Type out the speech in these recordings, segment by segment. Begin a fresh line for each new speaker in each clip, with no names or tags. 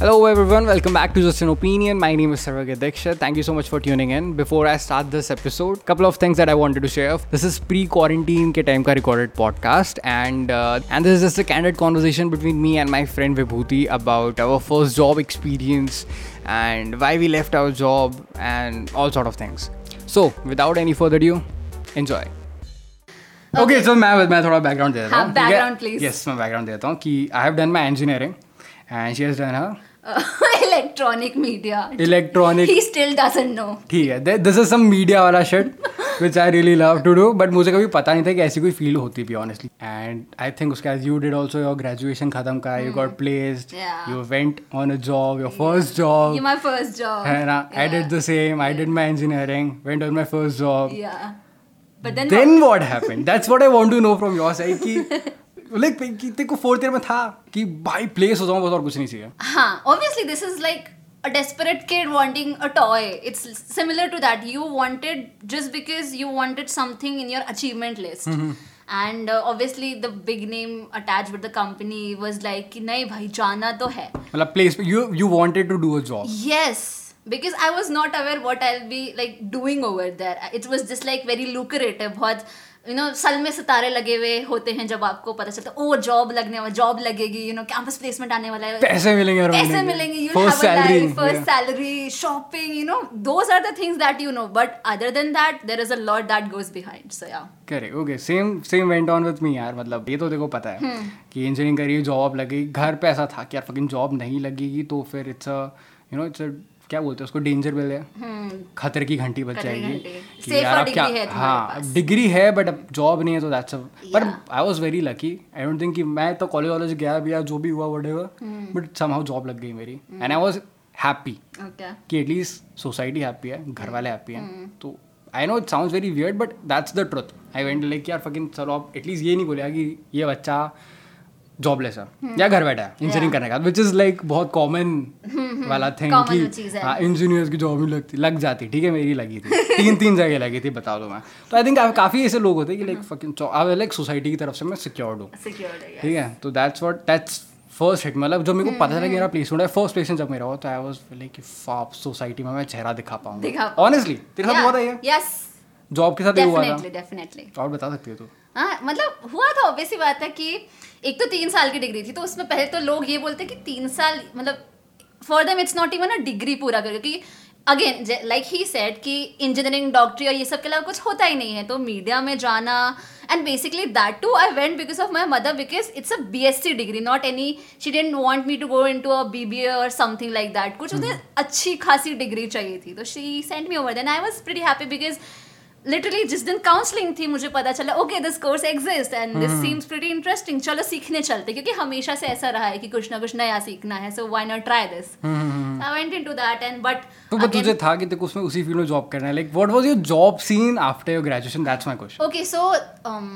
Hello, everyone. Welcome back to Just an Opinion. My name is Sarvagya Dixit. Thank you so much for tuning in. Before I start this episode, couple of things that I wanted to share. This is pre-quarantine के time का recorded podcast, and uh, and this is just a candid conversation between me and my friend Vibhuti about our first job experience and why we left our job and all sort of things. So, without any further ado, enjoy. Okay okay, so मैं मैं थोड़ा background दे देता
हाँ,
हूँ ठीक है?
background, please.
Yes, मैं बैकग्राउंड दे देता हूँ कि I have done my engineering and she has done her
Uh, electronic media
electronic
ही स्टिल डजंट नो
ठीक है दिस इज सम मीडिया वाला sort which I really love to do but मुझे कभी पता नहीं था कि ऐसी कोई फील्ड होती भी ऑनेस्टली एंड आई थिंक उसके as you did also your graduation खत्म का you got placed
Yeah.
You went on a job your first job
ये माय फर्स्ट जॉब
है ना I did the same I did my engineering went on my first job
yeah but then
then what happen that's what I want to know from your side कि like तेरे को fourth year में था कि भाई place हो जाऊँ बस और कुछ नहीं चाहिए
हां obviously this is like a desperate kid wanting a toy it's similar to that you wanted just because you wanted something in your achievement list and uh, obviously the big name attached with the company was like कि नहीं भाई जाना तो है
मतलब place you you wanted to do a job
Yes, because I was not aware what I'll be like doing over there. It was just like very lucrative. बहुत you know सल में सितारे लगे हुए होते हैं जब आपको पता चलता है ओ जॉब लगने वाला जॉब लगेगी यू नो कैंपस प्लेसमेंट आने वाला है
पैसे मिलेंगे हर महीने
पैसे
के।
मिलेंगे you
First
have a
salary,
life
yeah.
First salary shopping you know those are the things that you know but other than that there is a lot that goes behind so या
करे okay same same went on with me यार मतलब ये तो देखो पता है
हम्म।
कि इंजीनियरिंग करी जॉब लगी घर पे ऐसा था कि यार फकिंग जॉब नहीं लगेगी तो फिर it's a you know it's a क्या बोलते हैं उसको डेंजर बिल है खतरे की घंटी बच
खतरे की
जाएगी
घंटी।
कि
Safer
यार अब
degree
क्या
है तुम्हारे
हाँ
पास।
डिग्री है बट अब जॉब नहीं है तो दैट्स पर
Yeah.
I was very lucky I don't think कि मैं तो कॉलेज वॉलेज गया भी या जो भी हुआ वट
हम्म।
बट समहाउ जॉब लग गई मेरी and I was happy
okay
कि एटलीस्ट सोसाइटी हैप्पी है घर वाले हैप्पी
हम्म।
हैं तो I know it sounds very weird but that's the truth I went like यार फकिंग चलो आप एटलीस्ट ये नहीं बोलेगा कि ये बच्चा जॉबलेस है
हम्म।
या घर बैठा है इंजीनियरिंग करने का विच इज लाइक बहुत कॉमन वाला थिंग
हम्म, Common वो चीज़
कि
है।
हाँ इंजीनियर्स की जॉब ही लगती लग जाती ठीक है मेरी लगी थी तीन तीन जगह लगी थी बता दो मैं तो आई थिंक काफ़ी ऐसे लोग होते हैं कि लाइक
हम्म।
फकिंग लाइक सोसाइटी की तरफ से मैं सिक्योर्ड हूँ
सिक्योर्ड है
ठीक है तो that's what that's first hit मतलब जब मेरे को पता चला
हम्म,
कि मेरा प्लेसमेंट है फर्स्ट प्लेसमेंट जब मेरा हुआ तो आई वाज लाइक कि फाप सोसाइटी में मैं चेहरा दिखा
दिखा
पाऊंगा
पाऊंगा।
ऑनेस्टली तेरे साथ हुआ था ये
यस
जॉब के साथ ही हुआ था
डेफिनेटली डेफिनेटली
और बता सकती है तू
हाँ मतलब हुआ था ऑब्वियसली बात है कि एक तो तीन साल की डिग्री थी तो उसमें पहले तो लोग ये बोलते कि तीन साल मतलब for them it's not even a degree पूरा करो क्योंकि अगेन लाइक ही सेट कि इंजीनियरिंग डॉक्टरी और ये सब के अलावा कुछ होता ही नहीं है तो मीडिया में जाना and basically that too I went because of my mother because it's a B S C degree not any she didn't want me to go into a B B A और something like that कुछ उन्हें अच्छी खासी degree चाहिए थी तो she sent me over then I was pretty happy because literally जिस दिन काउंसलिंग थी मुझे पता चला okay this course exist and this
हम्म।
सीम्स प्रीटी इंटरेस्टिंग चलो सीखने चलते क्योंकि हमेशा से ऐसा रहा है कि कुछ ना कुछ नया सीखना है so why not try this I went into that and but
हम्म, तो बस तुझे था कि तेरे को उसमें उसी फील्ड में जॉब करना है like what was your job scene after your graduation that's my question
Okay, so um,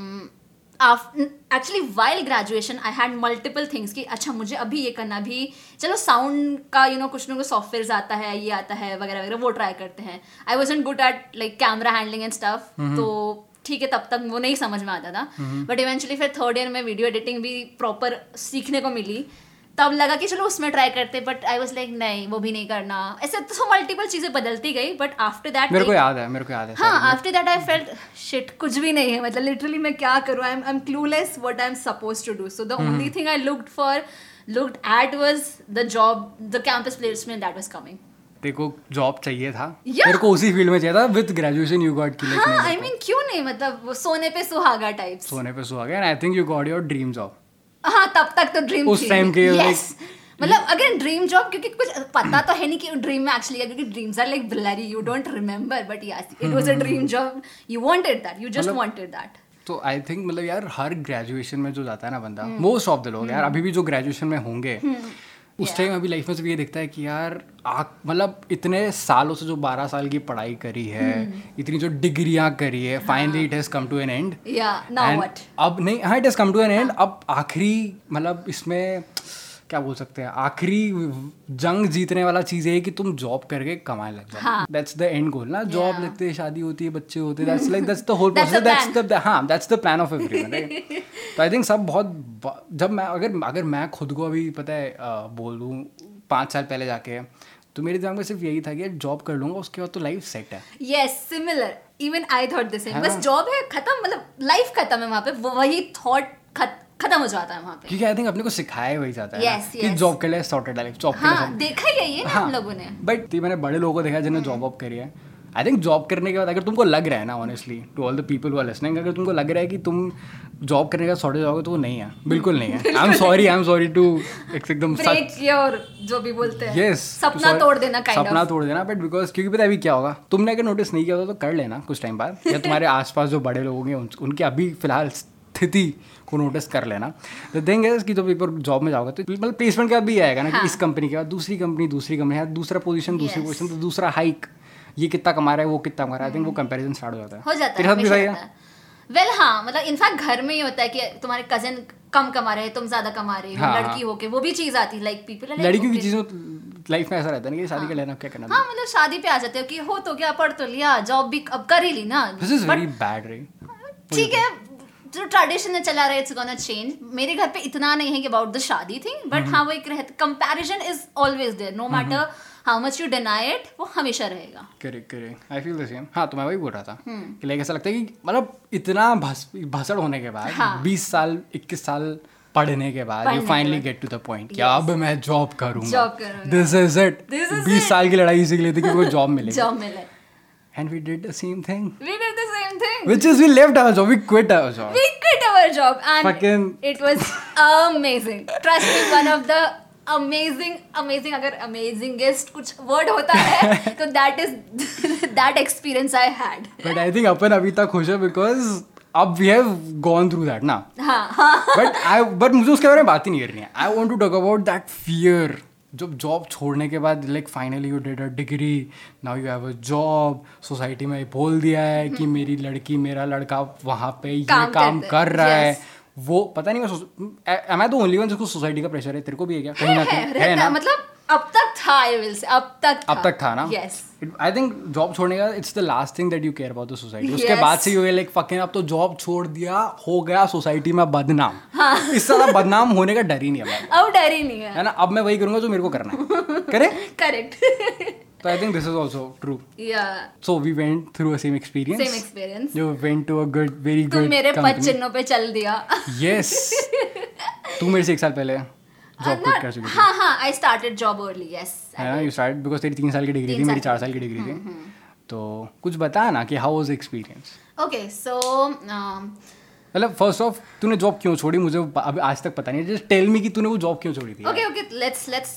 after, actually while graduation I had multiple things कि अच्छा मुझे अभी ये करना भी चलो sound का you know कुछ ना कुछ सॉफ्टवेयर आता है ये आता है वगैरह वगैरह वो try करते हैं I wasn't good at like camera handling and stuff तो ठीक है तब तक वो नहीं समझ में आता था बट इवेंचुअली फिर थर्ड ईयर में वीडियो एडिटिंग भी प्रॉपर सीखने को मिली तब लगा कि चलो उसमें ट्राई करते बट आई वॉज लाइक नहीं वो भी नहीं करना ऐसे तो मल्टीपल चीज़ें बदलती गई बट आफ्टर
मेरे
दैट
को याद है मेरे को याद है
हाँ after that I felt shit कुछ भी नहीं है मतलब लिटरली मैं क्या करूँ I am I am clueless what I am suppose to do so the only
Hmm.
Thing I looked for looked at was the job the campus placement that was coming
तेरे को job चाहिए था
Yeah.
तेरे को उसी field में चाहिए था विद ग्रेजुएशन यू गॉट की like,
हाँ
नहीं,
आई मीन क्यों नहीं मतलब वो सोने पे सुहागा टाइप्स
सोने पे सुहा गया and I think you got your dream job
हाँ तब तक तो ड्रीम
उस time के
yes. मतलब अगेन ड्रीम जॉब क्योंकि कुछ पता तो है नहीं कि ड्रीम में एक्चुअली क्योंकि dreams are like blurry you don't remember but yes it was a dream job you wanted that you just
Hmm. मतलब-
वांटेड दैट
तो आई थिंक मतलब यार हर ग्रेजुएशन में जो जाता है ना बंदा मोस्ट ऑफ द लोग यार अभी भी जो ग्रेजुएशन में होंगे उस टाइम अभी लाइफ में से भी ये दिखता है कि यार आ- मतलब इतने सालों से जो बारह साल की पढ़ाई करी है इतनी जो डिग्रियां करी है finally it has come to an end
या नाउ व्हाट
अब नहीं हाँ it has come to an end अब आखिरी मतलब इसमें क्या बोल सकते हैं आखिरी जंग जीतने वाला चीज ये है कि तुम जॉब करके कमाने लग जाओ दैट्स द एंड गोल ना जॉब
हाँ। Yeah.
लगते है शादी होती है बच्चे होते हैं that's like that's the whole
That's
हाँ,
the
प्रोसेस दैट्स द हां that's the plan of everyone तो आई थिंक सब बहुत ब- जब मैं अगर अगर मैं खुद को अभी पता है अ, बोल दूँ पाँच साल पहले जाके तो मेरे दिमाग में सिर्फ यही था कि जॉब कर लूँगा उसके बाद तो लाइफ सेट है
yes similar even I thought this
है
बस
ना?
जॉब है खत्म मतलब लाइफ खत्म है वहाँ पे वो- वही थॉट खत्म हो जाता है वहाँ पे
क्योंकि आई थिंक अपने को सिखाया वही जाता है ना,
Yes,
कि
yes.
जॉब के लिए सॉर्टेड लाइफ जॉब के लिए
हाँ देखा ही है ये ना हम लोगों ने
बट मैंने बड़े लोगों को देखा है जिन्होंने जॉब वॉब करी है आई थिंक जॉब करने के बाद अगर तुमको लग रहा है ना honestly to all the people who are listening अगर तुमको लग रहा है कि तुम जॉब करने का सॉर्टेज जाओगे तो वो नहीं है बिल्कुल नहीं है I am sorry I am sorry to एकदम सच
ब्रेक योर जो भी बोलते हैं
यस
सपना तोड़ देना काइंड
तो सपना
ऑफ
तोड़ देना बट बिकॉज क्योंकि पता है अभी क्या होगा तुमने अगर नोटिस नहीं किया होगा तो कर लेना कुछ टाइम बाद या तुम्हारे आसपास जो बड़े लोग हैं उन, उनकी अभी फिलहाल स्थिति को नोटिस कर लेना द थिंग इज कि तुम एक बार जॉब में जाओगे तो मतलब प्लेसमेंट के बाद भी ये आएगा ना कि इस कंपनी के बाद दूसरी कंपनी दूसरी कंपनी है दूसरा पोजीशन दूसरी
हाँ। Yes.
पोजीशन तो दूसरा हाइक ये कितना कमा रहा है वो कितना कमा रहा है आई थिंक वो कंपैरिजन स्टार्ट हो जाता है
हम्म। हो जाता
तेरे
है
साथ भी
हमेशा
सही
होता
है
है वेल well, हाँ मतलब इनफैक्ट घर में ही होता है कि तुम्हारे कजन कम कमा रहे हैं तुम ज्यादा कमा रहे हो
हाँ,
लड़की होके वो भी चीज आती है लाइक पीपल
लड़कियों की चीज़ों लाइफ में ऐसा रहता है ना कि शादी कर लेना क्या करना
हाँ मतलब शादी पे आ जाते हो कि हो तो क्या पढ़ तो लिया जॉब भी अब कर ही ली ना
this is
But
very bad रही
ठीक है जो ट्रेडिशन है चला रहा है इट्स गोना चेंज मेरे घर पे इतना नहीं है कि about the shaadi thing but हाँ वो एक रहता comparison is always there no matter how much you deny it वो हमेशा रहेगा
correct correct I feel the same हाँ तो मैं वही बोल रहा था
हम्म.
कि लाइक ऐसा लगता है कि मतलब इतना भस भसड़ होने के बाद
हाँ।
20 साल 21 साल पढ़ने के बाद
पढ़ने
यू
के
फाइनली
बाद।
गेट टू द पॉइंट कि अब मैं जॉब करूंगा
Job करूंगा।
This is it
This is
20
it.
साल की लड़ाई इसी के लिए थी कि कोई जॉब मिलेगी
जॉब मिले
and we did the same thing
we did the same thing
which is we left our job we quit our job
we quit our job and
Fucking-
it was amazing trust me one of the amazing amazing अगर amazingest कुछ word होता है तो that is that experience I had
but I think अपन अभी तक खुश है बिकॉज अब we have gone through that ना
हाँ हाँ
बट आई बट मुझे उसके बारे में बात ही नहीं करनी है I want to talk about that fear जब जॉब छोड़ने के बाद like finally you did a degree now you have a job society में बोल दिया है कि मेरी लड़की मेरा लड़का वहाँ पे ये
हम्म। काम
काम
करते-
कर रहा है
yes.
वो पता नहीं मैं am I the only one जिसको सोसाइटी का प्रेशर है तेरे को भी है क्या कहीं ना
है,
कहीं है
रहता
ना
मतलब अब तक था I will say अब तक
अब तक था ना
yes
आई थिंक जॉब छोड़ने का it's the last thing that you care about the society उसके
Yes.
बाद से यू लाइक फकिंग अब तो जॉब छोड़ दिया हो गया सोसाइटी में बदनाम
हाँ।
इससे ज्यादा बदनाम होने का डर ही नहीं है भाई।
अब डर ही नहीं है
है ना अब मैं वही करूंगा जो मेरे को करना है करें
correct
तो I think this is also true
yeah
so we went through a same
same
experience
experience
you went to a good very
तुम
गुड
मेरे
कंपनी
पच्चनों पे चल दिया
यस तू मेरे से एक साल पहले जॉब क्विट कर चुकी थी
हाँ हाँ I started job early yes
है ना यू स्टार्ट बिकॉज तेरी तीन साल की डिग्री थी
तीन
मेरी
साल हम्म,
चार साल की डिग्री थी तो कुछ बता ना कि how was experience
okay so um,
मतलब फर्स्ट ऑफ तूने जॉब क्यों छोड़ी मुझे वो अभी आज तक पता नहीं जस्ट टेल मी कि तूने वो जॉब क्यों छोड़ी थी
okay okay let's let's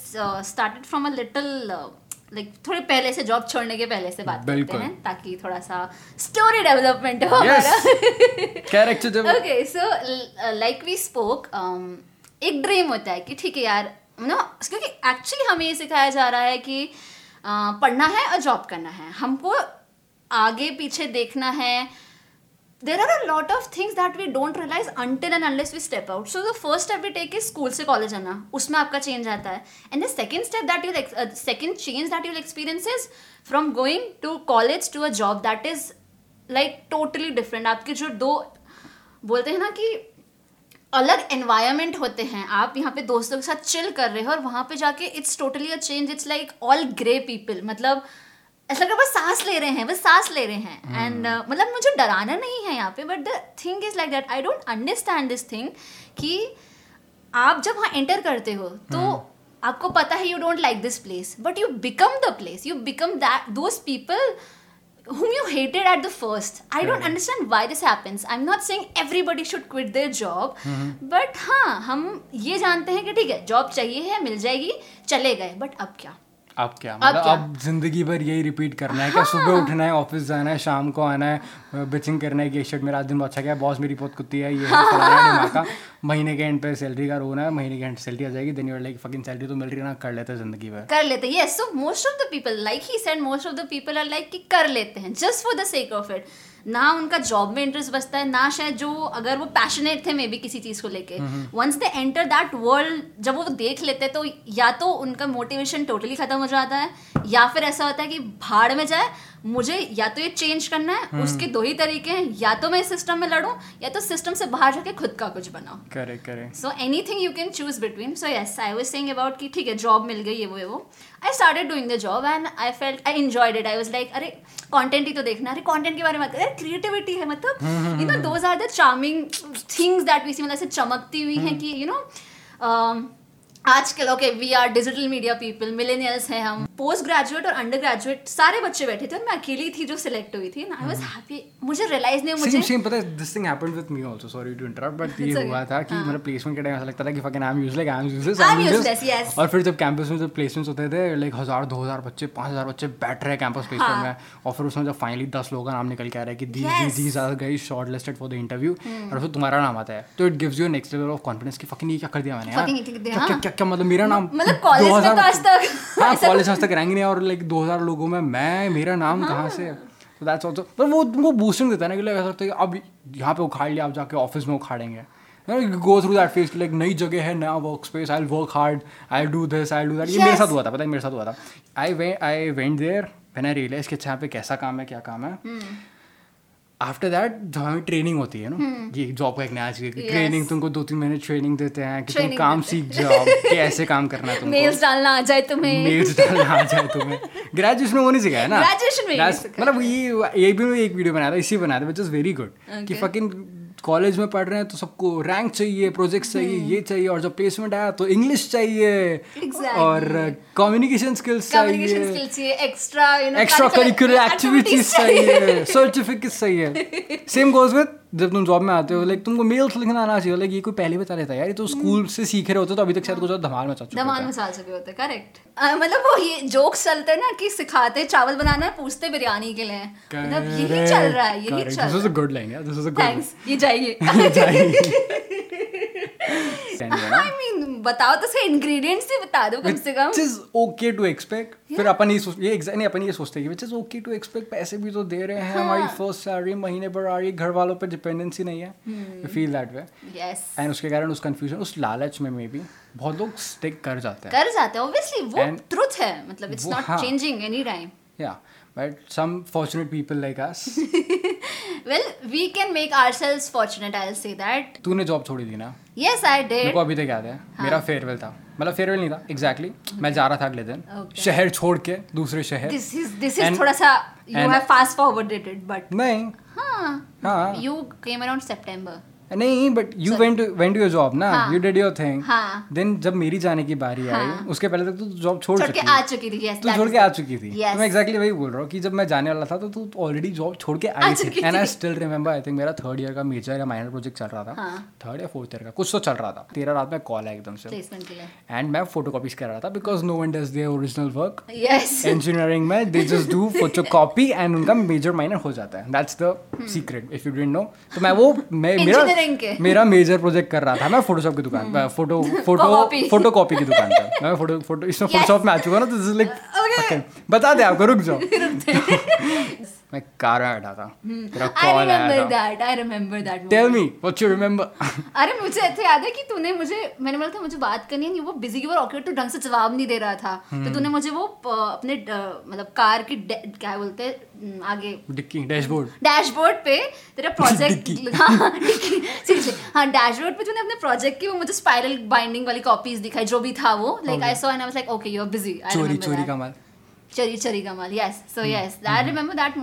start it from a little like uh, थोड़े पहले से जॉब छोड़ने के पहले से बात करते
बिल्कुल।
हैं ताकि थोड़ा सा स्टोरी डेवलपमेंट हो
यस
हमारा uh,
कैरेक्टर जब
okay so like we spoke um, एक ड्रीम होता है कि ठीक है यार नो क्योंकि एक्चुअली हमें ये सिखाया जा रहा है कि अ, पढ़ना है और जॉब करना है हमको आगे पीछे देखना है there are a lot of things that we don't realize until and unless we step out so the first step we take is school से college आना उसमें आपका change आता है and the second step that you'll ex- uh, second change that you'll experience is from going to college to a job that is like totally different आपके जो दो बोलते हैं ना कि अलग एनवायरमेंट होते हैं आप यहाँ पे दोस्तों के साथ चिल कर रहे हो और वहाँ पे जाके it's totally a change it's like all grey people मतलब ऐसा लग रहा है बस सांस ले रहे हैं बस सांस ले रहे हैं एंड मतलब मुझे डराना नहीं है यहाँ पे but the thing is like that I don't understand this thing कि आप जब वहाँ एंटर करते हो तो आपको पता है you don't like this place but you become the place you become that those people whom you hated at the first. I don't understand why this happens. I'm not saying everybody should quit their job, but हाँ हम ये जानते हैं कि ठीक है job चाहिए है मिल जाएगी चले गए बट अब क्या
अब क्या मतलब
क्या?
अब जिंदगी भर यही रिपीट करना है क्या सुबह उठना है ऑफिस जाना है शाम को आना है बिचिंग करना है कि शर्ट मेरा आज दिन बहुत अच्छा गया बॉस मेरी बहुत कुत्ती है ये है, फलाना है, ढिमाका। महीने के एंड पे सैलरी का रोना है महीने के एंड सैलरी आ जाएगी दिन यूर लाइक फकिंग सैलरी तो मिल रही है ना कर लेते हैं जिंदगी भर
कर लेते हैं yes so most of the people like he said most of the people are like कि कर लेते हैं just for the sake of it ना उनका जॉब में इंटरेस्ट बचता है ना शायद जो अगर वो पैशनेट थे मे बी किसी चीज़ को लेके once they enter that world जब वो देख लेते हैं तो या तो उनका मोटिवेशन टोटली ख़त्म हो जाता है या फिर ऐसा होता है कि भाड़ में जाए मुझे या तो ये चेंज करना है उसके दो ही तरीके हैं या तो मैं इस सिस्टम में लड़ूं या तो सिस्टम से बाहर जाके खुद का कुछ बनाऊं
correct correct
so anything you can choose between so yes I was saying about कि ठीक है जॉब मिल गई ये वो ये वो I started doing the job and I felt I enjoyed it I was like अरे कॉन्टेंट ही तो देखना है, अरे कॉन्टेंट के बारे में बात करें, अरे क्रिएटिविटी है
हम्म,
मतलब you know those are the charming things that we see मतलब ऐसे चमकती हुई
हम्म।
हैं कि यू नो आजकल okay we are digital media people millennials हैं हम पोस्ट ग्रेजुएट और अंडर ग्रेजुएट सारे बच्चे बैठे थे और मैं अकेली थी जो सिलेक्ट हुई थी आई वॉज
हम्म।
हैप्पी मुझे रियलाइज नहीं हुआ,
सेम
मुझे
सेम पता है this thing happened with me also sorry to interrupt but ये
It's okay.
हुआ था कि
हाँ.
मतलब प्लेसमेंट के टाइम ऐसा लगता था कि fucking I am useless I am useless
I'm useless, yes.
और फिर जब कैंपस में जब प्लेसमेंट्स होते थे लाइक हजार दो हजार बच्चे पाँच हजार बच्चे बैठ रहे हैं कैंपस प्लेसमेंट
हाँ.
में और फिर उसमें जब फाइनली दस लोगों का नाम निकल के आ रहा है कि these
Yes. Hmm.
These these are गई shortlisted for the interview और फिर तुम्हारा नाम आता है तो it gives you next level of confidence कि फकिंग ये क्या कर दिया मैंने यार
Fucking ये कर
क्या-
दिया,
क्या
हाँ.
क्या क्या मतलब मेरा नाम
मतलब college में
2000
तो आज तक
हाँ
ऐसा
कॉलेज आज तक रैंक नहीं है और लाइक 2000 लोगों में मैं मेरा
हाँ।
नाम कहाँ से तो दैट्स आल्सो पर वो तुमको बूस्टिंग देता है ना कि like ऐसा लगता है कि अब यहाँ पे उखाड़ लिया आप जाके ऑफिस में उखाड़ेंगे go through that phase like नई जगह है नया work space I work hard I do this I do that ये मेरे
Yes.
साथ हुआ था पता है मेरे साथ हुआ था I way I went there मैंने रियलाइज कि अच्छा यहाँ पे कैसा काम है क्या काम है
हम्म।
आफ्टर दैट जब हमें ट्रेनिंग होती है ना ये जॉब का एक नया चीज
हम्म। Yes.
ट्रेनिंग तुमको दो तीन महीने ट्रेनिंग देते हैं कि तुम
Training
काम
देते
सीख जाओ कि ऐसे काम करना है तुमको
मेल्स डालना आ जाए तुम्हें
मेल्स डालना आ जाए तुम्हें ग्रेजुएशन तो में वो नहीं सिखाया ना
Graduation में ही नहीं
That's-
सिखाया।
मतलब ये ये भी मैं एक वीडियो बनाया था इसी बनाया था विच इज़ वेरी गुड कि
Okay.
फकिंग कॉलेज में पढ़ रहे हैं तो सबको रैंक चाहिए प्रोजेक्ट चाहिए
Hmm.
ये चाहिए और जब प्लेसमेंट आया तो इंग्लिश चाहिए
Exactly.
और कम्युनिकेशन स्किल्स
कम्युनिकेशन
चाहिए
स्किल चाहिए extra you know
extra curricular activities चाहिए सर्टिफिकेट चाहिए सेम गोज विद जब तुम जॉब में आते हो लाइक तुमको मेल्स लिखना आना चाहिए लाइक ये कोई पहले बता लेता है यार ये तो स्कूल से सीख रहे होते हो, तो अभी तक शायद कुछ और धमाल मचा चुके
Hmm. धमाल
होते।
मसाल चुके होते करेक्ट मतलब वो ये जोक्स चलते हैं ना कि सिखाते चावल बनाना है पूछते बिरयानी के लिए मतलब यही चल रहा है यही चल
दिस
रहा
इज
है
अ गुड लाइन यार this is a good
thanks ये जाइए आई मीन बताओ तो सही इंग्रेडिएंट्स ही बता दो कम से कम
Which is okay to expect. फिर अपन ये सोच ये exact- नहीं अपन ये सोचते कि which is okay to expect पैसे भी तो दे रहे
हाँ।
हैं हमारी फर्स्ट सैलरी महीने पर आ रही है घर वालों पर डिपेंडेंसी नहीं
हम्म।
है feel that way
yes
and उसके कारण उस कंफ्यूजन उस लालच में मे बी बहुत लोग स्टिक कर जाते हैं
कर जाते हैं ऑब्वियसली वो
And-
ट्रुथ है मतलब इट्स
वो
नॉट
हाँ।
चेंजिंग एनी टाइम
या but some fortunate people like us
well we can make ourselves fortunate I will say that
तूने जॉब छोड़ी थी ना
यस आई
मेरे
डिड
को अभी तक याद है
हाँ।
मेरा फेयरवेल था मतलब फेयरवेल नहीं था एग्जैक्टली exactly. मैं जा रहा था अगले दिन
Okay.
शहर छोड़ के दूसरे शहर
this is this is
And-
थोड़ा सा you
and-
have fast forwarded it but
नहीं हाँ।
हाँ यू केम अराउंड सितंबर
नहीं but you went went your job ना
हाँ।
यू डिड योर थिंग
हाँ।
देन जब मेरी जाने की बारी
हाँ।
आई उसके पहले तक तो जॉब छोड़
छोड़
चुकी
के
थी।
आ चुकी थी यस
तू छोड़ के आ चुकी थी
Yes.
तो मैं एग्जैक्टली वही बोल रहा हूँ कि जब मैं जाने वाला था तो तू ऑलरेडी जॉब छोड़ के
आ
आई
चुकी
थी एंड आई
थी।
स्टिल रिमेंबर आई थिंक मेरा थर्ड ईयर का मेजर या माइनर प्रोजेक्ट चल रहा था
हाँ।
थर्ड या फोर्थ ईयर का कुछ तो चल रहा था तेरह रात में कॉल आया एकदम से
प्लेसमेंट के लिए
एंड मैं फोटो कॉपीज कर रहा था because no one does their original work
yes
engineering में they just do photo copy and उनका मेजर माइनर हो जाता है that's the secret if you don't know तो मैं वो मैं
Hmm. Engineering के। Hmm.
मेरा मेरा मेजर प्रोजेक्ट कर रहा था मैं फोटोशॉप की दुकान photo
Copy.
Photo photo copy की दुकान पर मैं फोटो फोटो इसमें
Yes.
फोटोशॉप में आ चुका ना तो दिस
Okay.
लाइक बता दे आपको रुक जाओ मैं कार में बैठा था
Hmm.
तेरा
आई
कॉल
रिमेंबर
आया था
that I remember that
tell me what you remember
अरे मुझे ऐसे याद है कि तूने मुझे मैंने बोला था मुझे बात करनी है नहीं वो बिजी की और ऑकवर्ड तो ढंग से जवाब नहीं दे रहा था तो
Hmm.
तूने मुझे वो अ, अपने अ, मतलब कार की डे- क्या बोलते हैं अम, आगे
डिक्की डैशबोर्ड
डैशबोर्ड पे तेरा प्रोजेक्ट हाँ डिक्की, seriously, हाँ डैशबोर्ड पे तूने अपने प्रोजेक्ट की वो मुझे स्पाइरल बाइंडिंग वाली कॉपीज दिखाई जो भी था वो like I saw and I was like okay you are busy
चोरी
आई रिमेंबर
चोरी Hmm, का माल
चोरी चोरी कमाल yes so yes I remember that mm,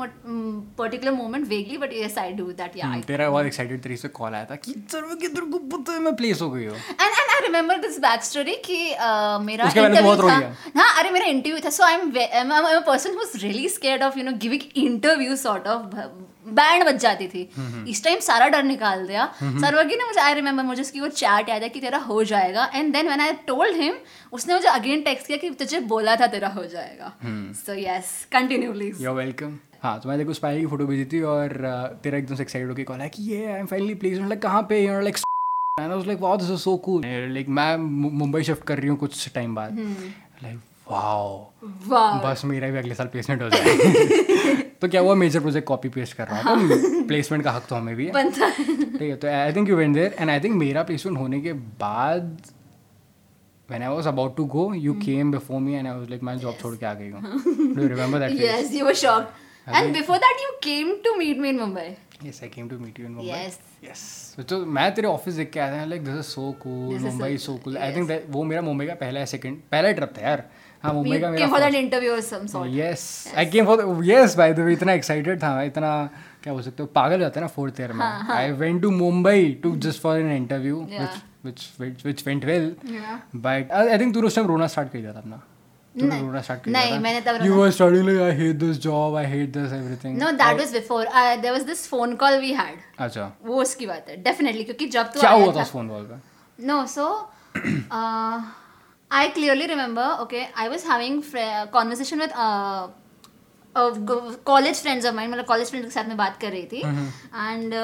particular moment vaguely but yes I do that yeah
hmm, तेरा बहुत एक्साइटेड तरीके से कॉल आया था कि सर्व के तेरे को पता है मैं प्लेस हो गई हूँ
and and I remember this back story कि अह, मेरा
उसके पहले तो
interview
बहुत रोई
था हाँ अरे मेरा इंटरव्यू था so I am I am person who is really scared of you know giving interview sort of band बज जाती थी इस टाइम सारा डर निकाल दिया सर्वज्ञ ने मुझे आई रिमेंबर मुझे उसकी वो चैट याद है कि तेरा हो जाएगा and then when I told him उसने मुझे अगेन टेक्स्ट किया कि तुझे बोला था तेरा हो जाएगा
हम्म।
So yes continue please
You're welcome. हाँ तो मैंने देखो स्पाइल की फोटो भेजी थी और अह, तेरा एकदम से एक्साइटेड होकर कॉल आया कि ये I am finally place like कहाँ पे you like I was like wow this is so cool like मैं मु- मुंबई शिफ्ट कर रही हूँ कुछ टाइम बाद लाइक वाओ
वाह
बस मेरा भी अगले साल प्लेसमेंट हो जाए तो क्या हुआ मेजर प्रोजेक्ट कॉपी पेस्ट कर रहा हूँ तो प्लेसमेंट का हक तो हमें भी है
बनता
ठीक है तो I think you went there and I think मेरा प्लेसमेंट होने के बाद when i was about to go you came before me and i was like मैं जॉब छोड़ के आ गई हूँ do you remember that phase?
Yes you were shocked And before that, you came to meet me in Mumbai.
yes i came to meet you in mumbai
Yes.
yes तो मैं तेरे office देख के आया था like this is so cool
This is so
Mumbai so
cool,
cool I
yes.
Think that वो मेरा मुंबई का पहला सेकंड पहला ट्रिप था यार हाँ मुंबई
You
का
came for
मेरा
that interview or some sort.
Yes I came for yes by the way इतना एक्साइटेड था मैं इतना क्या बोल सकते हो पागल हो जाता है ना फोर्थ ईयर में I went to Mumbai to just for an interview
हाँ, Yeah.
Which which which went well
Yeah.
But I think तूने उस टाइम रोना स्टार्ट कर दिया था अपना तूने
नहीं,
रोना स्टार्ट कर
नहीं, मैंने तब
यू
रोना-
were starting like I hate this job I hate this everything
No, that was before. Uh, there was this phone call we had.
अच्छा
वो उसकी बात है डेफिनेटली क्योंकि जब तो
क्या हुआ था उस फोन कॉल पे
no so uh, I clearly remember okay I was having conversation with uh, college friends of mind मतलब कॉलेज फ्रेंड के साथ में बात कर रही थी uh, and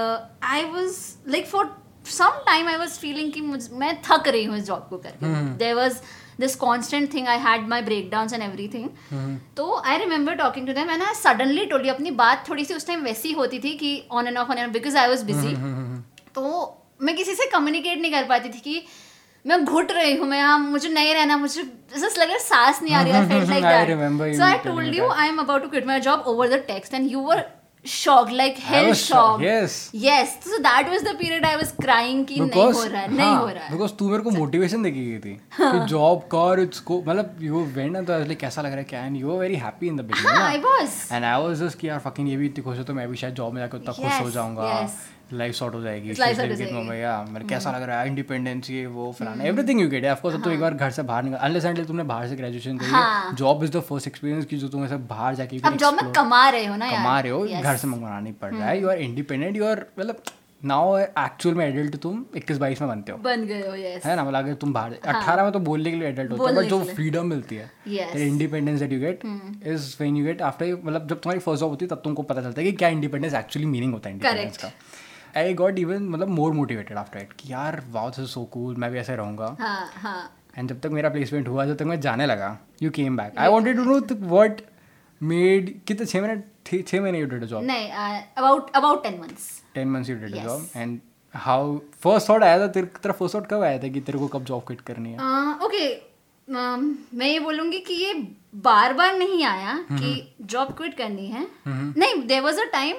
I was like for some time I was feeling कि मुझ मैं थक रही हूँ इस जॉब को करके there was this constant thing I had my breakdown and everything तो I remember talking to them and I suddenly टोली अपनी बात थोड़ी सी उस टाइम वैसी होती थी कि on and off on and because I was busy
हम्म,
तो मैं किसी से कम्युनिकेट नहीं कर पाती थी कि मैं घुट रही हूँ मैं यहाँ मुझे नहीं रहना मुझे जस्ट लग रहा है सांस नहीं आ रही I felt like
I remember
that
you
so I
telling
told
me
you
that.
I am about to quit my job over the text and you were shock like hell
was
shock
shocked, yes.
Yes so that was the period I was crying कि नहीं हो रहा है नहीं हो रहा अच्छा। हाँ। है
बिकॉज हाँ, तू मेरे को मोटिवेशन देके गई थी कि जॉब कर इट्स को मतलब यू वेंट तो आई कैसा लग रहा है क्या and you are very happy in the beginning
हाँ I was
and I was just कि यार फकिंग ये भी इतनी खुश है तो मैं भी शायद जॉब में जाकर उतना खुश हो
Yes,
जाऊंगा
yes.
लाइफ सॉर्ट हो जाएगी
It's life sort हो जाएगी। हम्म।
भैया मेरे कैसा लग रहा है इंडिपेंडेंस ये वो फलाना everything you get of course तो एक बार घर से बाहर निकल अनलेस एंड तुमने बाहर से ग्रेजुएशन करी है
हाँ।
Job is the first experience की जो तुम्हें सब बाहर जाके you
आप
can
जॉब में
explore.
कमा रहे हो ना हाँ यार
कमा रहे हो
Yes. हम्म।
घर से मंगवाना नहीं पड़ रहा है you are independent you are मतलब नाउ एक्चुअल में एडल्ट तुम इक्कीस बाईस में बनते हो
बन गए हो यस
है ना मतलब अगर तुम बाहर अट्ठारह में तो बोलने के लिए एडल्ट होते हो
हाँ। बोलने
बट जो
के लिए।
फ्रीडम मिलती है
Yes. Hmm.
Independence that you get is when you get after मतलब जब तुम्हारी फर्स्ट जॉब होती है तब तुमको पता चलता है कि क्या इंडिपेंडेंस एक्चुअली मीनिंग होता है इंडिपेंडेंस
Correct.
का आई गॉट इवन मतलब मोर मोटिवेटेड आफ्टर इट कि यार wow this is so cool मैं भी ऐसे रहूंगा
हाँ हाँ
एंड जब तक मेरा प्लेसमेंट हुआ जब तक मैं जाने लगा you came back I wanted to know what made कितने छः महीने थे- छः महीने यू डिड जॉब
नहीं uh, about about 10 months
10 months you did a
Yes.
job and how first thought आया था तेरे तेरा first thought कब आया था कि तेरे को कब job quit करनी है
अह, ओके अम, Uh, um, मैं ये बोलूंगी कि ये बार बार नहीं आया कि जॉब क्विट करनी है
हम्म,
नहीं there was a time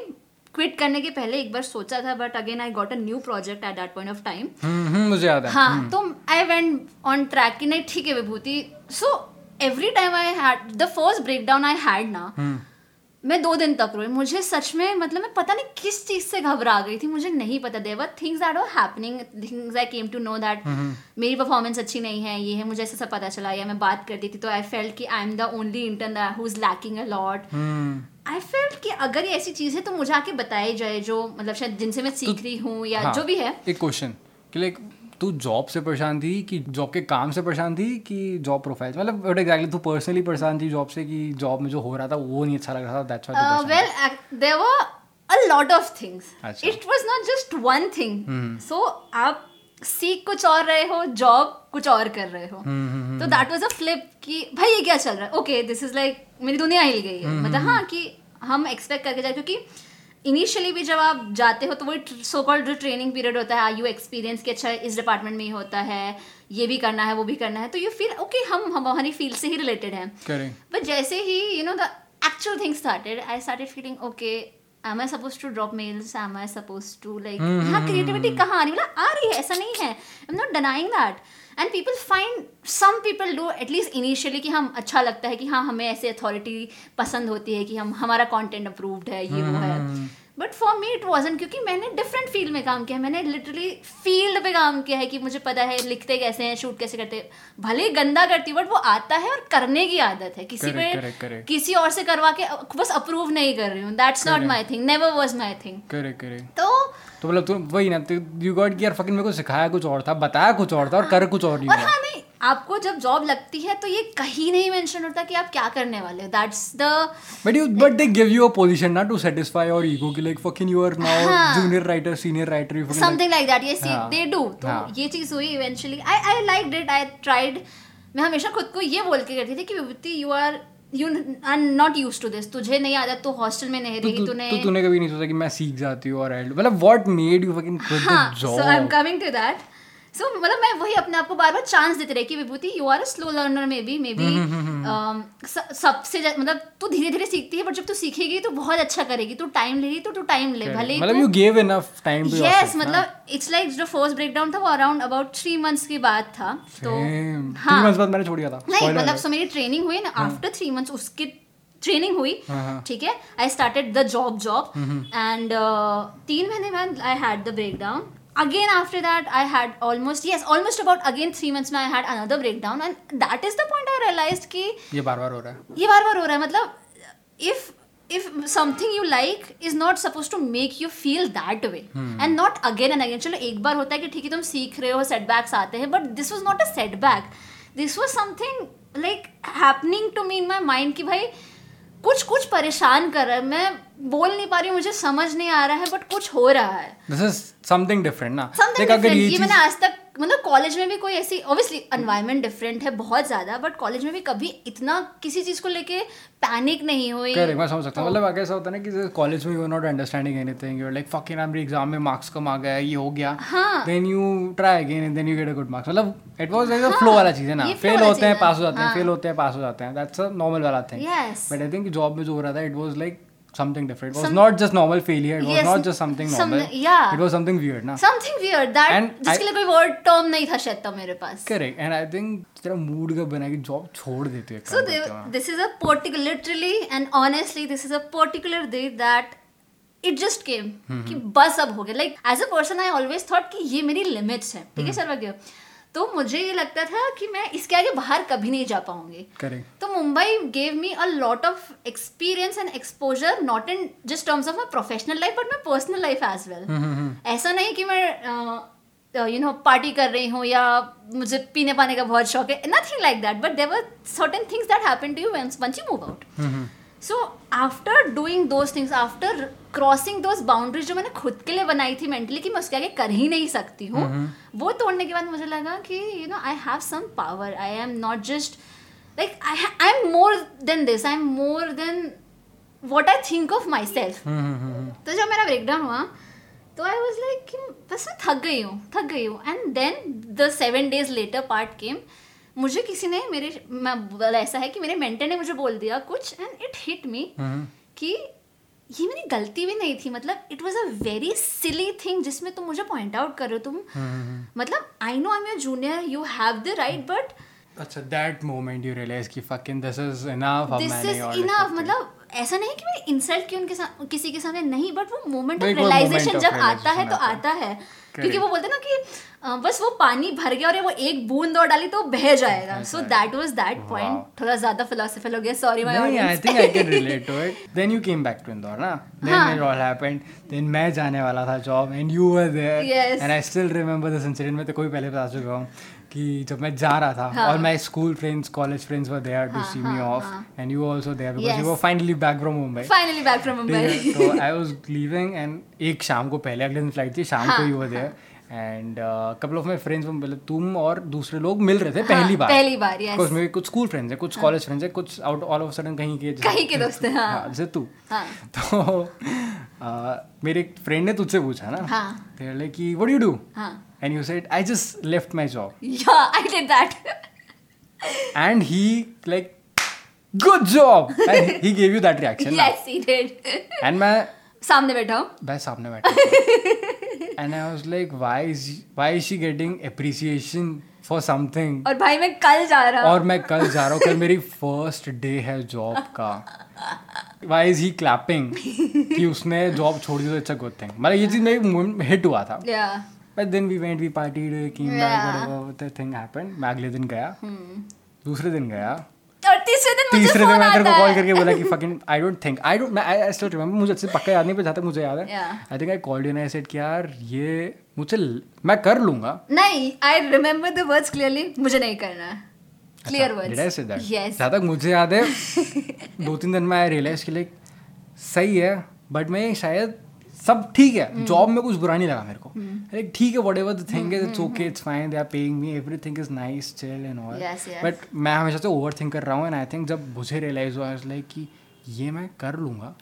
quit करने के पहले एक बार सोचा था but again I got a new project at that point of time
हम्म, हम्म, मुझे याद है
हाँ तो आई वेंट ऑन ट्रैक कि नहीं ठीक है Vibhuti so every time I had the first breakdown I had ना
हम्म,
मैं दो दिन तक रोई मुझे सच में मतलब मैं पता नहीं किस चीज से घबरा गई थी मुझे नहीं पता देवर things that are happening things I came to know that
हम्म,
मेरी परफॉर्मेंस अच्छी नहीं है ये है मुझे ऐसा सब पता चला या मैं बात करती थी तो आई फेल्ट कि I am the only intern who is lacking a lot
hmm,
I felt कि अगर ये ऐसी चीज़ है तो मुझे आके बताई जाए जो मतलब शायद जिनसे मैं सीख रही हूँ या
हाँ,
जो भी है
एक क्वेश्चन कि लाइक तू जॉब से परेशान थी कि जॉब के काम से परेशान थी कि जॉब प्रोफाइल मतलब बट एग्जैक्टली तू पर्सनली परेशान थी जॉब से कि जॉब में जो हो रहा था वो नहीं अच्छा लग रहा था that's
Uh,
why
well, ac- there were a lot of things.
अच्छा। हम्म।
It was not just one thing. So आप सीख कुछ और रहे हो जॉब कुछ और कर रहे हो
हम्म,
तो दैट वाज अ फ्लिप कि भाई ये क्या चल रहा है ओके दिस इज लाइक मेरी दुनिया हिल गई है मतलब हाँ कि हम एक्सपेक्ट करके जाए क्योंकि इनिशियली भी जब आप जाते हो तो वही सो कॉल्ड जो ट्रेनिंग पीरियड होता है यू एक्सपीरियंस कि अच्छा इस डिपार्टमेंट में ही होता है ये भी करना है वो भी करना है तो यू फील ओके हम हम हमारी फील्ड से ही रिलेटेड हैं
करें
But जैसे ही you know the actual thing started, I started feeling okay. Am I supposed to drop mails? Am I supposed to like? हाँ creativity कहाँ आ रही मतलब आ रही है ऐसा नहीं है. I'm not denying that. And people find some people do at least initially कि हम अच्छा लगता है कि हाँ हमें ऐसे authority पसंद होती है कि हम हमारा content approved है ये वो
Mm-hmm.
है. But for me it wasn't क्योंकि मैंने डिफरेंट फील्ड में काम किया है मैंने लिटरली फील्ड पे काम किया है कि मुझे पता है लिखते कैसे हैं शूट कैसे करते हैं भले ही गंदा करती हूँ बट वो आता है और करने की आदत है किसी
Correct, correct,
पे
correct.
किसी और से करवा के अ, बस अप्रूव नहीं कर रही हूँ that's not
Correct.
My thing never was my thing
करे करे
तो
तो मतलब तू वही ना यू गॉट कि यार फकिंग मेरे को सिखाया कुछ और था बताया कुछ और था और कर कुछ और नहीं
और
हुआ।
हाँ नहीं आपको जब जॉब लगती है तो ये कहीं नहीं मेंशन होता कि आप क्या करने वाले हो that's the
But you, but they give you a position not to satisfy your ego. कि like fucking you are now
हाँ.
junior writer, senior writer. You fucking
something like that ये सी
हाँ,
दे डू तो
हाँ.
ये चीज हुई eventually I I like did I tried मैं हमेशा खुद को ये बोल के करती थी कि Vibhuti you are you are not use to this तुझे नहीं आदत तो हॉस्टल में नहीं
like,
रही
तू-
तूने
तू तूने कभी नहीं सोचा कि मैं सीख जाती हूँ और help- मतलब what made you fucking quit the
हाँ so I am
job?
Coming to that so so, मतलब मैं वही अपने आप को बार बार चांस देते रहे कि Vibhuti you are a slow learner maybe may
हम्म,
बी um, सबसे ज्या- मतलब तू धीरे धीरे सीखती है बट जब तू सीखेगी तो बहुत अच्छा करेगी तू टाइम ले रही तो तू टाइम ले भले ही
मतलब
तू-
you gave enough time to
yes मतलब इट्स लाइक जो फर्स्ट ब्रेकडाउन था वो अराउंड अबाउट थ्री मंथ्स की बात था तो
थ्री
हाँ।
मंथ्स बाद मैंने छोड़ दिया था
नहीं
Spoiler
मतलब
alert.
सो मेरी ट्रेनिंग हुई ना आफ्टर थ्री मंथ्स उसकी ट्रेनिंग हुई
हाँ, हाँ.
ठीक है I started the job job and uh, तीन महीने बाद I had the breakdown again after that I had almost yes almost about again three months में I had another breakdown and that is the point I realise कि
ये बार बार हो रहा है
ये बार बार हो रहा है मतलब if if something you like is not suppose to make you feel that way and not again and again चलो एक बार होता है कि ठीक है तुम सीख रहे हो सेटबैक्स आते हैं but this was not a setback this was something like happening to me in my mind कि भाई कुछ कुछ परेशान कर रहा है मैं बोल नहीं पा रही हूँ मुझे समझ नहीं आ रहा है बट कुछ हो रहा है
दिस इज समथिंग डिफरेंट ना
समथिंग
देख अगर
डिफरेंट ये
ये
मैंने
चीज
आज तक मतलब कॉलेज में भी कोई ऐसी ऑब्वियसली एनवायरनमेंट डिफरेंट है बहुत ज्यादा बट कॉलेज में भी कभी इतना किसी चीज को लेके पैनिक नहीं हुई
करेक्ट मैं समझ सकता हूँ मतलब अगर ऐसा होता है ना कि कॉलेज में you are not understanding anything you are like fucking I exam में मार्क्स कम आ गया ये हो गया
हाँ।
Then you try again and then you get a good marks मतलब it was like a flow वाला चीज है ना
हाँ, ये flow
फेल
वाला
होते हैं
चीज़ है,
पास हो जाते हैं
हाँ।
फेल होते हैं पास हो जाते हैं दैट्स अ नॉर्मल वाला thing
Yes.
But I think job में जो हो रहा था it was like something different it was
Some-
not just normal failure it was
Yes,
not just something
some-
normal
yeah.
it was something weird ना
something weird that
हाँ। And I-
जिसके लिए कोई वर्ड टर्म नहीं था शायद तब मेरे पास
करेक्ट एंड आई थिंक तेरा मूड का बना है कि जॉब छोड़ देते हैं
so they,
हाँ।
this is a particular literally and honestly this is a particular day that it just came
हम्म,
कि बस अब हो गया like as a person I always thought कि ये मेरी लिमिट्स हैं ठीक है
हम्म।
सर्वज्ञ तो मुझे ये लगता था कि मैं इसके आगे बाहर कभी नहीं जा पाऊंगी
करेक्ट
तो Mumbai gave me a lot of experience and exposure not in just terms of my professional life but my personal life as well
hmm,
ऐसा नहीं कि मैं यू नो पार्टी कर रही हूँ या मुझे पीने पाने का बहुत शौक है nothing like that but they were certain things that happen to you once you move out
hmm,
so after doing those things after crossing those boundaries जो मैंने खुद के लिए बनाई थी मेंटली कि मैं उसके आगे कर ही नहीं सकती हूँ वो तोड़ने के बाद मुझे लगा कि you know I have some power I am not just like I am more than this I am more than what I think of myself
hmm,
तो जब मेरा ब्रेकडाउन हुआ तो आई वॉज लाइक कि बस मैं थक गई हूँ थक गई हूँ and then the seven days later part came मुझे किसी ने मेरे मैं बोला ऐसा है कि मेरे मेंटर ने मुझे बोल दिया कुछ and it hit me
hmm,
कि ये मेरी गलती भी नहीं थी मतलब it was a very silly thing जिसमें तुम मुझे पॉइंट आउट कर रहे हो तुम
हम्म।
मतलब I know I am your junior you have the right but
अच्छा दैट मोमेंट यू रियलाइज कि फकिंग दिस इज इनफ अब
दिस
मैंने
इज
और
इनफ मतलब ऐसा नहीं कि मैं इंसल्ट की उनके साथ किसी के सामने नहीं बट वो मोमेंट
नहीं, एक
ऑफ
वो moment
रियलाइजेशन
of
जब आता है
realization
तो
आता
आता है क्योंकि वो बोलते हैं ना कि अ, बस वो पानी भर गया और ये वो एक बूंद और डाली तो बह जाएगा so that was that point
Wow.
थोड़ा ज्यादा फिलोसफिकल हो गया सॉरी माय
नहीं आई think I can relate to it then you came back to Indore ना
हाँ.
Then it all happened then मैं जाने वाला था job and you were there
Yes.
And I still remember this incident मैं तो कोई पहले बता चुका हूँ कि जब मैं जा रहा था
हाँ.
और my school friends college friends were there too
हाँ,
सी मी
हाँ,
ऑफ
हाँ.
And you also there because
Yes.
You were finally back from Mumbai
finally back from Mumbai
तो आई वाज लीविंग एंड एक शाम को पहले अगले दिन फ्लाइट थी शाम को
हाँ,
ही हुआ there and couple of my friends मतलब तुम और दूसरे लोग मिल रहे थे
हाँ,
पहली बार
पहली बार, yes. हाँ।
कुछ मेरे कुछ स्कूल फ्रेंड्स हैं कुछ कॉलेज फ्रेंड्स हैं कुछ आउट ऑल ऑफ सडन कहीं के जैसे-
कहीं के दोस्त हैं, हाँ।
हाँ जैसे तू
हाँ
तो uh, मेरे एक फ्रेंड ने तुझसे पूछा ना
हाँ
तेरे लिए कि व्हाट यू डू
हाँ
and you said I just left my job
या I did that
and he like good job he gave you that reaction
yes he did
and मैं
सामने बैठा हूं
मैं सामने बैठा and I was like why is why is she getting appreciation for something
और भाई मैं कल जा रहा हूँ
और मैं कल जा रहा हूँ कल मेरी फर्स्ट डे है जॉब का वाई इज ही क्लैपिंग कि उसने जॉब छोड़ दी तो इट्स अ गुड थिंग मतलब ये चीज मेरे हिट हुआ था
या
but then we went we partied came
Yeah.
Back the thing happened मैं अगले दिन गया
hmm.
दूसरे दिन गया
और तीसरे दिन तो मुझे
तीसरे दिन
फोन
मैं तेरे
आता
को कॉल
है
करके बोला कि fucking I don't think I don't I still remember मुझे अच्छे से पक्का याद नहीं पर जाता मुझे याद है
Yeah.
I think I called you I said कि यार ये मुझसे ल- मैं कर लूंगा
नहीं I remember the words clearly मुझे नहीं करना है
अच्छा,
clear
did I say that
words yes
जहाँ तक मुझे याद है दो तीन दिन में आई रियलाइज कि लाइक सही है बट मैं शायद सब ठीक है
Hmm.
जॉब में कुछ बुरा नहीं लगा मेरे को अरे ठीक है whatever the thing is
hmm,
it's okay it's fine they are paying me everything is nice chill and all
Yes, yes.
But मैं हमेशा से ओवर थिंक कर रहा हूँ एंड आई थिंक जब मुझे रियलाइज हुआ लाइक कि ये मैं कर लूंगा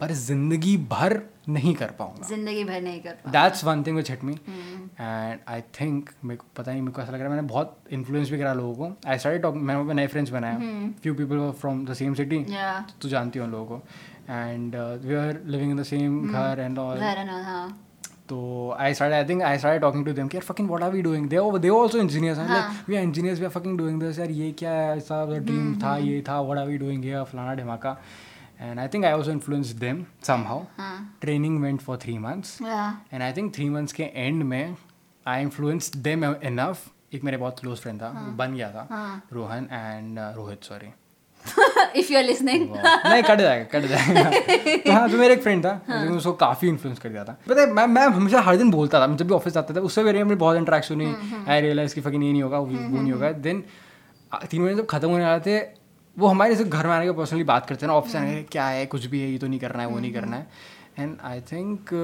पर जिंदगी भर नहीं कर पाऊंगा
हम्म, जिंदगी भर नहीं कर हम्म, पाऊँ
that's one thing which hit me and I think मेरे को पता नहीं मेरे को ऐसा लग रहा है मैंने बहुत इन्फ्लुएंस भी करा लोगों को आई स्टार्ट टॉक मैंने अपने नए फ्रेंड्स बनाए few people from the same city
या
तो जानती हूँ लोगों को uh, and we are living in the same घर एंड ऑल
घर and all, हाँ
तो I start I think I start talking to them कि यार fucking what are we doing they they also engineers हैं like we are engineers we are fucking doing this यार ये क्या है ऐसा ड्रीम था ये था what are we doing here फलाना ढिमाका and I think I also influence them somehow
हाँ
training went for three months
या
and I think three months के एंड में आई इन्फ्लुएंस देम इनफ एक मेरे बहुत क्लोज फ्रेंड था बन गया था
हाँ
Rohan and Rohit sorry
if you are listening
नहीं कट जाएगा कट जाएगा तो हाँ तो मेरा एक फ्रेंड था लेकिन उसको काफ़ी इन्फ्लुएंस कर दिया था पता है मैं मैं हमेशा हर दिन बोलता था मैं जब भी ऑफिस जाता था उससे मेरे मेरी बहुत इंटरेक्शन हुई आई रियलाइज कि फकिंग ये नहीं होगा वो वो नहीं होगा देन तीन महीने जब खत्म होने वाले थे वो हमारे से घर में आने के पर्सनली बात करते हैं ना ऑफिस आने के क्या है कुछ भी है ये तो नहीं करना है वो नहीं करना है and I think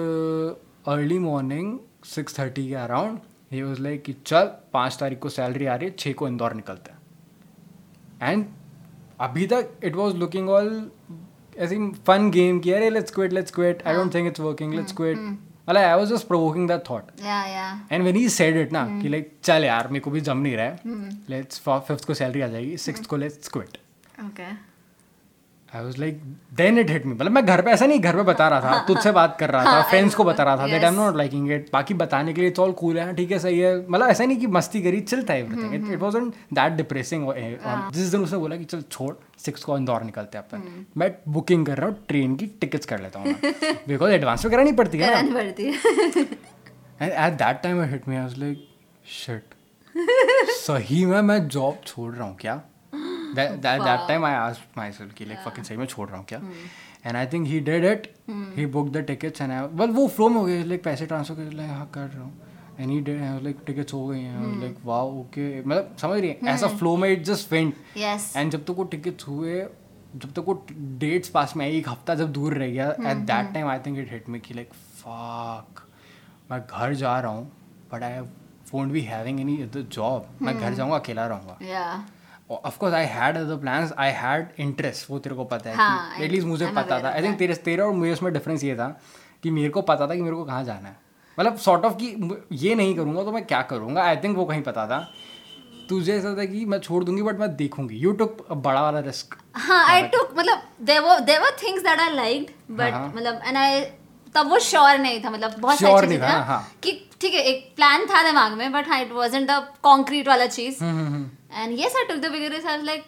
early morning six thirty के अराउंड ये वॉज लाइक कि चल पाँच तारीख को सैलरी आ रही है छः को इंदौर निकलते हैं एंड अभी तक इट वॉज लुकिंग ऑल ऐसी फन गेम की अरे let's quit let's quit I don't think it's working let's quit मतलब I was just provoking that thought
या या
and when he said it ना कि लाइक चल यार मेरे को भी जम नहीं रहा
हम्म,
है
हाँ।
लेट्स फिफ्थ को सैलरी आ जाएगी सिक्स को let's quit
okay
I was like then it hit me मतलब मैं घर पे ऐसा नहीं घर पे बता रहा था तुझसे बात कर रहा था फ्रेंड्स को बता रहा था that I am not liking it बाकी बताने के लिए इट्स ऑल कूल है ठीक है सही है मतलब ऐसा नहीं कि मस्ती करी चिल था everything it was that depressing eh, जिस दिन उसने बोला कि चल छोड़ सिक्स को इंदौर निकलते हैं अपन मैं बुकिंग कर रहा हूँ ट्रेन की टिकट्स कर लेता हूँ बिकॉज एडवांस में करानी पड़ती है ना
करानी पड़ती है
and at that time I hit me I was like shit सही में मैं जॉब छोड़ रहा हूँ क्या that time I ask myself कि लाइक फकिंग सही में छोड़ रहा हूँ क्या and I think he did it he book the tickets and I well वो फ्लो में हो गई लाइक पैसे ट्रांसफर कर लाइक हाँ कर रहा हूँ एंड ही डिड आई लाइक टिकट्स हो गई हैं लाइक वाओ ओके मतलब समझ रही है ऐसा फ्लो में it just went
yes
and जब तक वो टिकट्स हुए जब तक वो डेट्स पास में आई एक हफ्ता जब दूर रह गया at that time I think it hit me कि लाइक फाक मैं घर जा रहा हूँ but I won't be having any other job मैं घर जाऊँगा अकेला रहूँगा
या
of course I had other plans I had interest वो तेरे को पता
हाँ,
है
I-
एटलीस्ट मुझे
I'm
पता
aware
था
of
आई थिंक तेरे तेरा और मुझे उसमें डिफरेंस ये था कि मेरे को पता था कि मेरे को कहाँ जाना है मतलब सॉर्ट ऑफ कि मु- ये नहीं करूँगा तो मैं क्या करूँगा आई थिंक वो कहीं पता था तुझे ऐसा था कि मैं छोड़ दूंगी बट मैं देखूंगी यू टुक बड़ा वाला रिस्क
हाँ आई टुक मतलब there were there were things that I liked but
हाँ।
मतलब and I तब वो श्योर नहीं था मतलब बहुत
Sure
सारी
नहीं
चीजें
था,
ना
हाँ।
कि ठीक है एक प्लान था दिमाग में बट हाँ इट wasn't द कॉन्क्रीट वाला चीज
hmm.
And yes I took the bigger risk I was like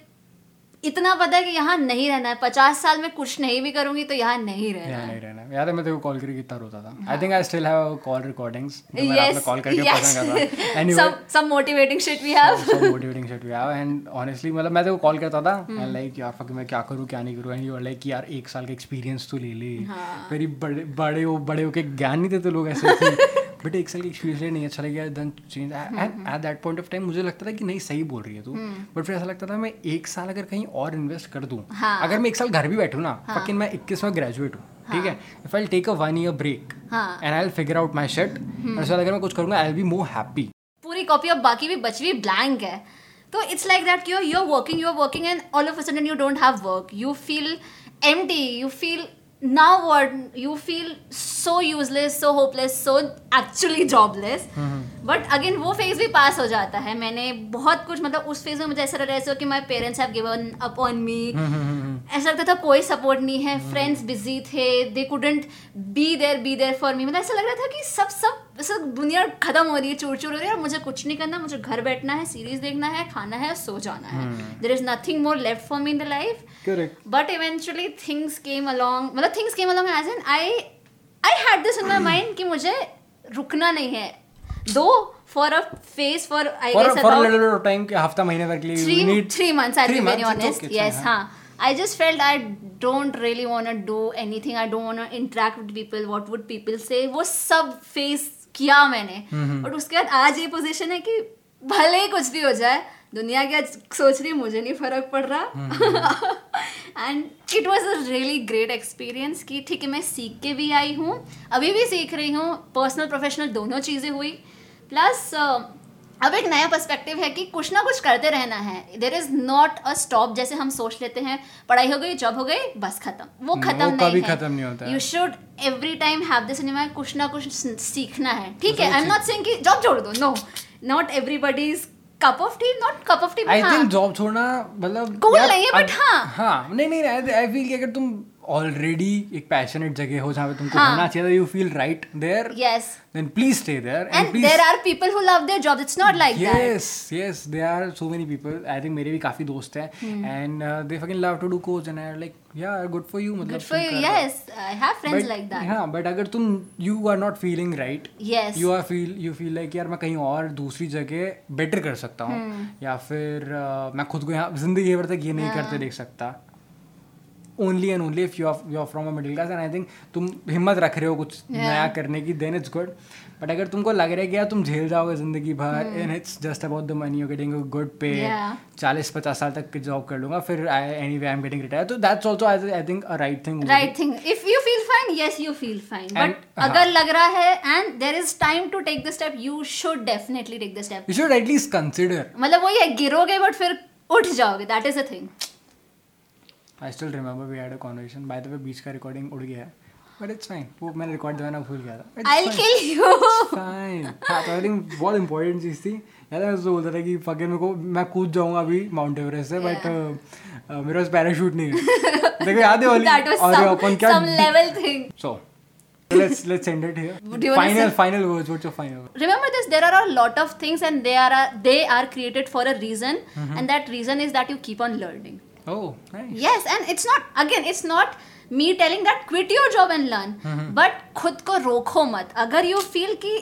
इतना पता है कि यहाँ नहीं रहना है पचास साल में कुछ नहीं भी करूंगी तो यहाँ नहीं रहना
यहाँ
है
नहीं रहना है। याद है मैं तेरे को कॉल करके कितना रोता था I think I still have call recordings
हाँ। yes
कॉल करके
yes
पसंद करता and
some some motivating shit we have
motivating set हुआ एंड ऑनेस्टली मतलब मैं तो कॉल करता था
हम्म।
एंड लाइक यार फक मैं क्या करूँ क्या नहीं करूँ एंड यू लाइक यार एक साल का एक्सपीरियंस तो ले ले
हाँ।
मेरी बड़े बड़े हो बड़े हो के ज्ञान नहीं देते लोग ऐसे बट एक साल की एक्सपीरियंस ले नहीं अच्छा लगेगा then change
hmm.
At that point of time मुझे लगता था कि नहीं सही बोल रही है तू बट फिर ऐसा लगता था मैं एक साल अगर कहीं और इन्वेस्ट कर दूँ
हाँ।
अगर मैं एक साल घर भी बैठूँ ना फकिन मैं इक्कीस में ग्रेजुएट हूँ ठीक है if I take a one year break
हाँ। Hmm.
And I figure out my shirt अगर मैं कुछ करूंगा I will be more happy
पूरी कॉपी अब बाकी भी बची हुई ब्लैंक है तो it's like that you you are working you are working and all of sudden you don't have work you feel M you feel now word you feel so useless so hopeless so actually jobless but again वो phase भी पास हो जाता है मैंने बहुत कुछ मतलब उस फेज में मुझे ऐसा लग रहा है कि my parents have given up on me ऐसा लगता था कोई सपोर्ट नहीं है
Hmm.
फ्रेंड्स बिजी थे they couldn't be there be there for me मतलब ऐसा लग रहा था कि सब सब सब दुनिया खत्म हो रही है चूर चूर हो रही है और मुझे कुछ नहीं करना मुझे घर बैठना है सीरीज देखना है खाना है और सो जाना है
Hmm.
There is nothing more left for me in the life
correct
but eventually things came along मतलब things came along as an I I had this in my
Hmm.
Mind कि मुझे रुकना नहीं है though for a face for I
for,
guess
for a little bit of time कि हफ्ता महीने भर के लिए you
three
need
three months I'll
three
be very
months, it's
honest
okay, it's
yes
fine,
huh I just felt I don't really want to do anything I don't want to interact with people what would people say वो सब face किया मैंने और उसके बाद आज ये position है कि भले ही कुछ भी हो जाए दुनिया क्या सोच रही है, मुझे नहीं फर्क पड़ रहा and it was a really great experience कि ठीक है मैं सीख के भी आई हूँ अभी भी सीख रही हूँ पर्सनल प्रोफेशनल दोनों चीज़ें हुई प्लस अब एक नया पर्सपेक्टिव है कि कुछ ना कुछ करते रहना है there is not a stop जैसे हम सोच लेते हैं पढ़ाई हो गई जॉब हो गई बस खत्म
हम्म,
वो
वो
खत्म नहीं
कभी
है
खत्म नहीं होता है।
You should every time have this in mind कुछ ना कुछ स- सीखना है
तो
ठीक है आई एम नॉट सेइंग कि जॉब छोड़ दो no not everybody is cup of tea not cup of tea
I think job छोड़ना मतलब
Cool
यार,
नहीं है,
अब-
but हाँ।
हाँ नहीं नहीं आई फील कि अगर तुम ऑलरेडी एक पैशनेट जगह हो जहाँ पे तुमको
हाँ।
होना चाहिए you feel right there
yes
then please stay there and
and
please
there are people who love their job it's not like that
yes yes there are so many people i think मेरे भी काफी दोस्त
Hmm.
हैं and uh, they fucking love to do codes and I'm like yeah good for you मतलब
good for
तुम
you
कर रहे हो।
Yes I have friends
But-
like that
हाँ बट अगर तुम you are not feeling right
yes
you are feel you feel like यार मैं कहीं और दूसरी जगह बेटर कर सकता हूँ या फिर uh, मैं खुद को यहाँ जिंदगी भर तक ये नहीं करते देख सकता only and only if you are you are from a middle class and I think तुम हिम्मत रख रहे हो कुछ नया करने की देन इट्स गुड बट अगर तुमको लग रहा है कि यार तुम झेल जाओगे जिंदगी भर and it's just about the money you getting good pay
Yeah.
चालीस पचास साल तक की जॉब कर लूंगा फिर I anyway I am getting retire तो that's also I think a right thing
right thing if you feel fine yes you feel fine
And- uh-huh.
But अगर लग रहा है and there is time to take the step you should definitely take the step
you should at least consider
मतलब वही है गिरोगे but फिर उठ जाओगे that is a thing
I still remember we had a conversation by the way बीच का recording उड़ गया है बट इट्स फाइन वो मैंने रिकॉर्ड दबाना भूल गया था
आई किल यू
फाइन हाँ तो आई थिंक बहुत इंपॉर्टेंट चीज़ थी यार मैं उसको बोलता था कि फकिंग मेरे को मैं कूद जाऊंगा अभी माउंट एवरेस्ट से बट मेरे पास पैराशूट नहीं है देखो याद है वाली
दैट वाज
अरे
सम
अपन क्या
some level thing
so let's let's end it
Do you
hear
wanna
final
say-
final words what's your final
remember this there are a lot of things and they are a, they are created for a reason
Mm-hmm.
and that reason is that you keep on learning
oh nice
yes and it's not again it's not me telling that quit your job and
Mm-hmm.
learn but खुद को रोको मत अगर you feel कि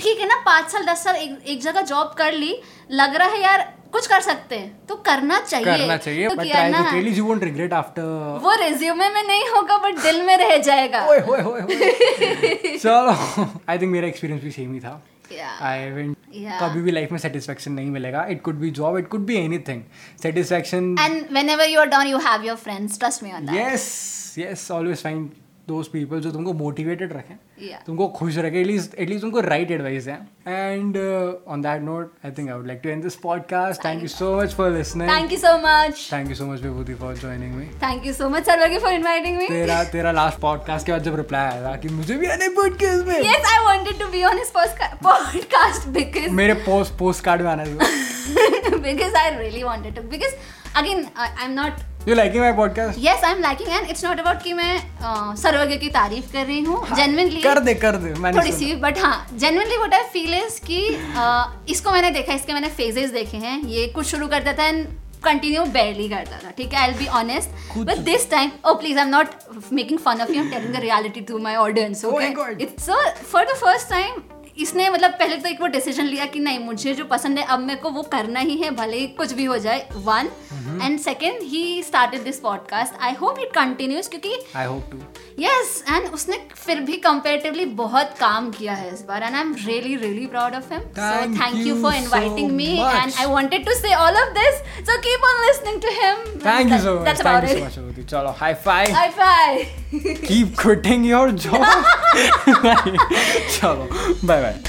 ठीक है ना पाँच साल दस साल एक, एक जगह जॉब कर ली लग रहा है यार कुछ कर सकते हैं तो करना चाहिए
करना चाहिए
तो
बट
किया
आई
ना
really you won't regret after
वो रिज्यूमे में नहीं होगा बट दिल में रह जाएगा
ओए होए होए होए। चलो आई थिंक मेरा एक्सपीरियंस भी सेम ही था
Yeah.
I went
Yeah.
कभी भी लाइफ में सेटिस्फेक्शन नहीं मिलेगा it could be job it could be anything satisfaction
and whenever you are down you have your friends trust me on that
yes yes always find those people जो तुमको motivated रखें
Yeah.
तुमको खुश रखें at least at least तुमको right advice दें uh, and on that note I think I would like to end this podcast thank you so much for listening
thank you so much
thank you so much Vibhuti for joining me
thank you so much Sarvagi for inviting me
तेरा तेरा last podcast के बाद जब reply आया था कि मुझे भी आने पॉडकास्ट में
yes i wanted to be on his postca- podcast because
मेरे पोस्ट पोस्ट कार्ड में आना था
because i really wanted to because again I, i'm not
you liking my podcast
yes i'm lacking and it's not about कि मैं uh, सर्वज्ञ की तारीफ कर रही हूँ genuinely
हाँ, कर दे कर दे मैंने
थोड़ी सी बट हाँ genuinely what I feel is कि uh, इसको मैंने देखा इसके मैंने फेजेस देखे हैं ये कुछ शुरू करता था एंड कंटिन्यू बैरली करता था ठीक है आई बी ऑनेस्ट
खुद-
but this time oh please I am not making fun of you telling the reality to my audience
Oh my God.
It's for the first time इसने मतलब पहले तो एक वो डिसीजन लिया कि नहीं मुझे जो पसंद है अब मेरे को वो करना ही है भले ही कुछ भी हो जाए one
Mm-hmm.
And second he started this podcast I hope it continues क्योंकि
I hope to
yes and उसने फिर भी कंपेरेटिवली बहुत काम किया है इस बार and I am really really proud of him so
Thank
thank you
you
for
so
inviting me
much.
And I wanted to say all of this so keep on listening to him
thank you so much
that's
thank you
about
so
it
much होती चलो high five
high five
keep quitting your job चलो bye bye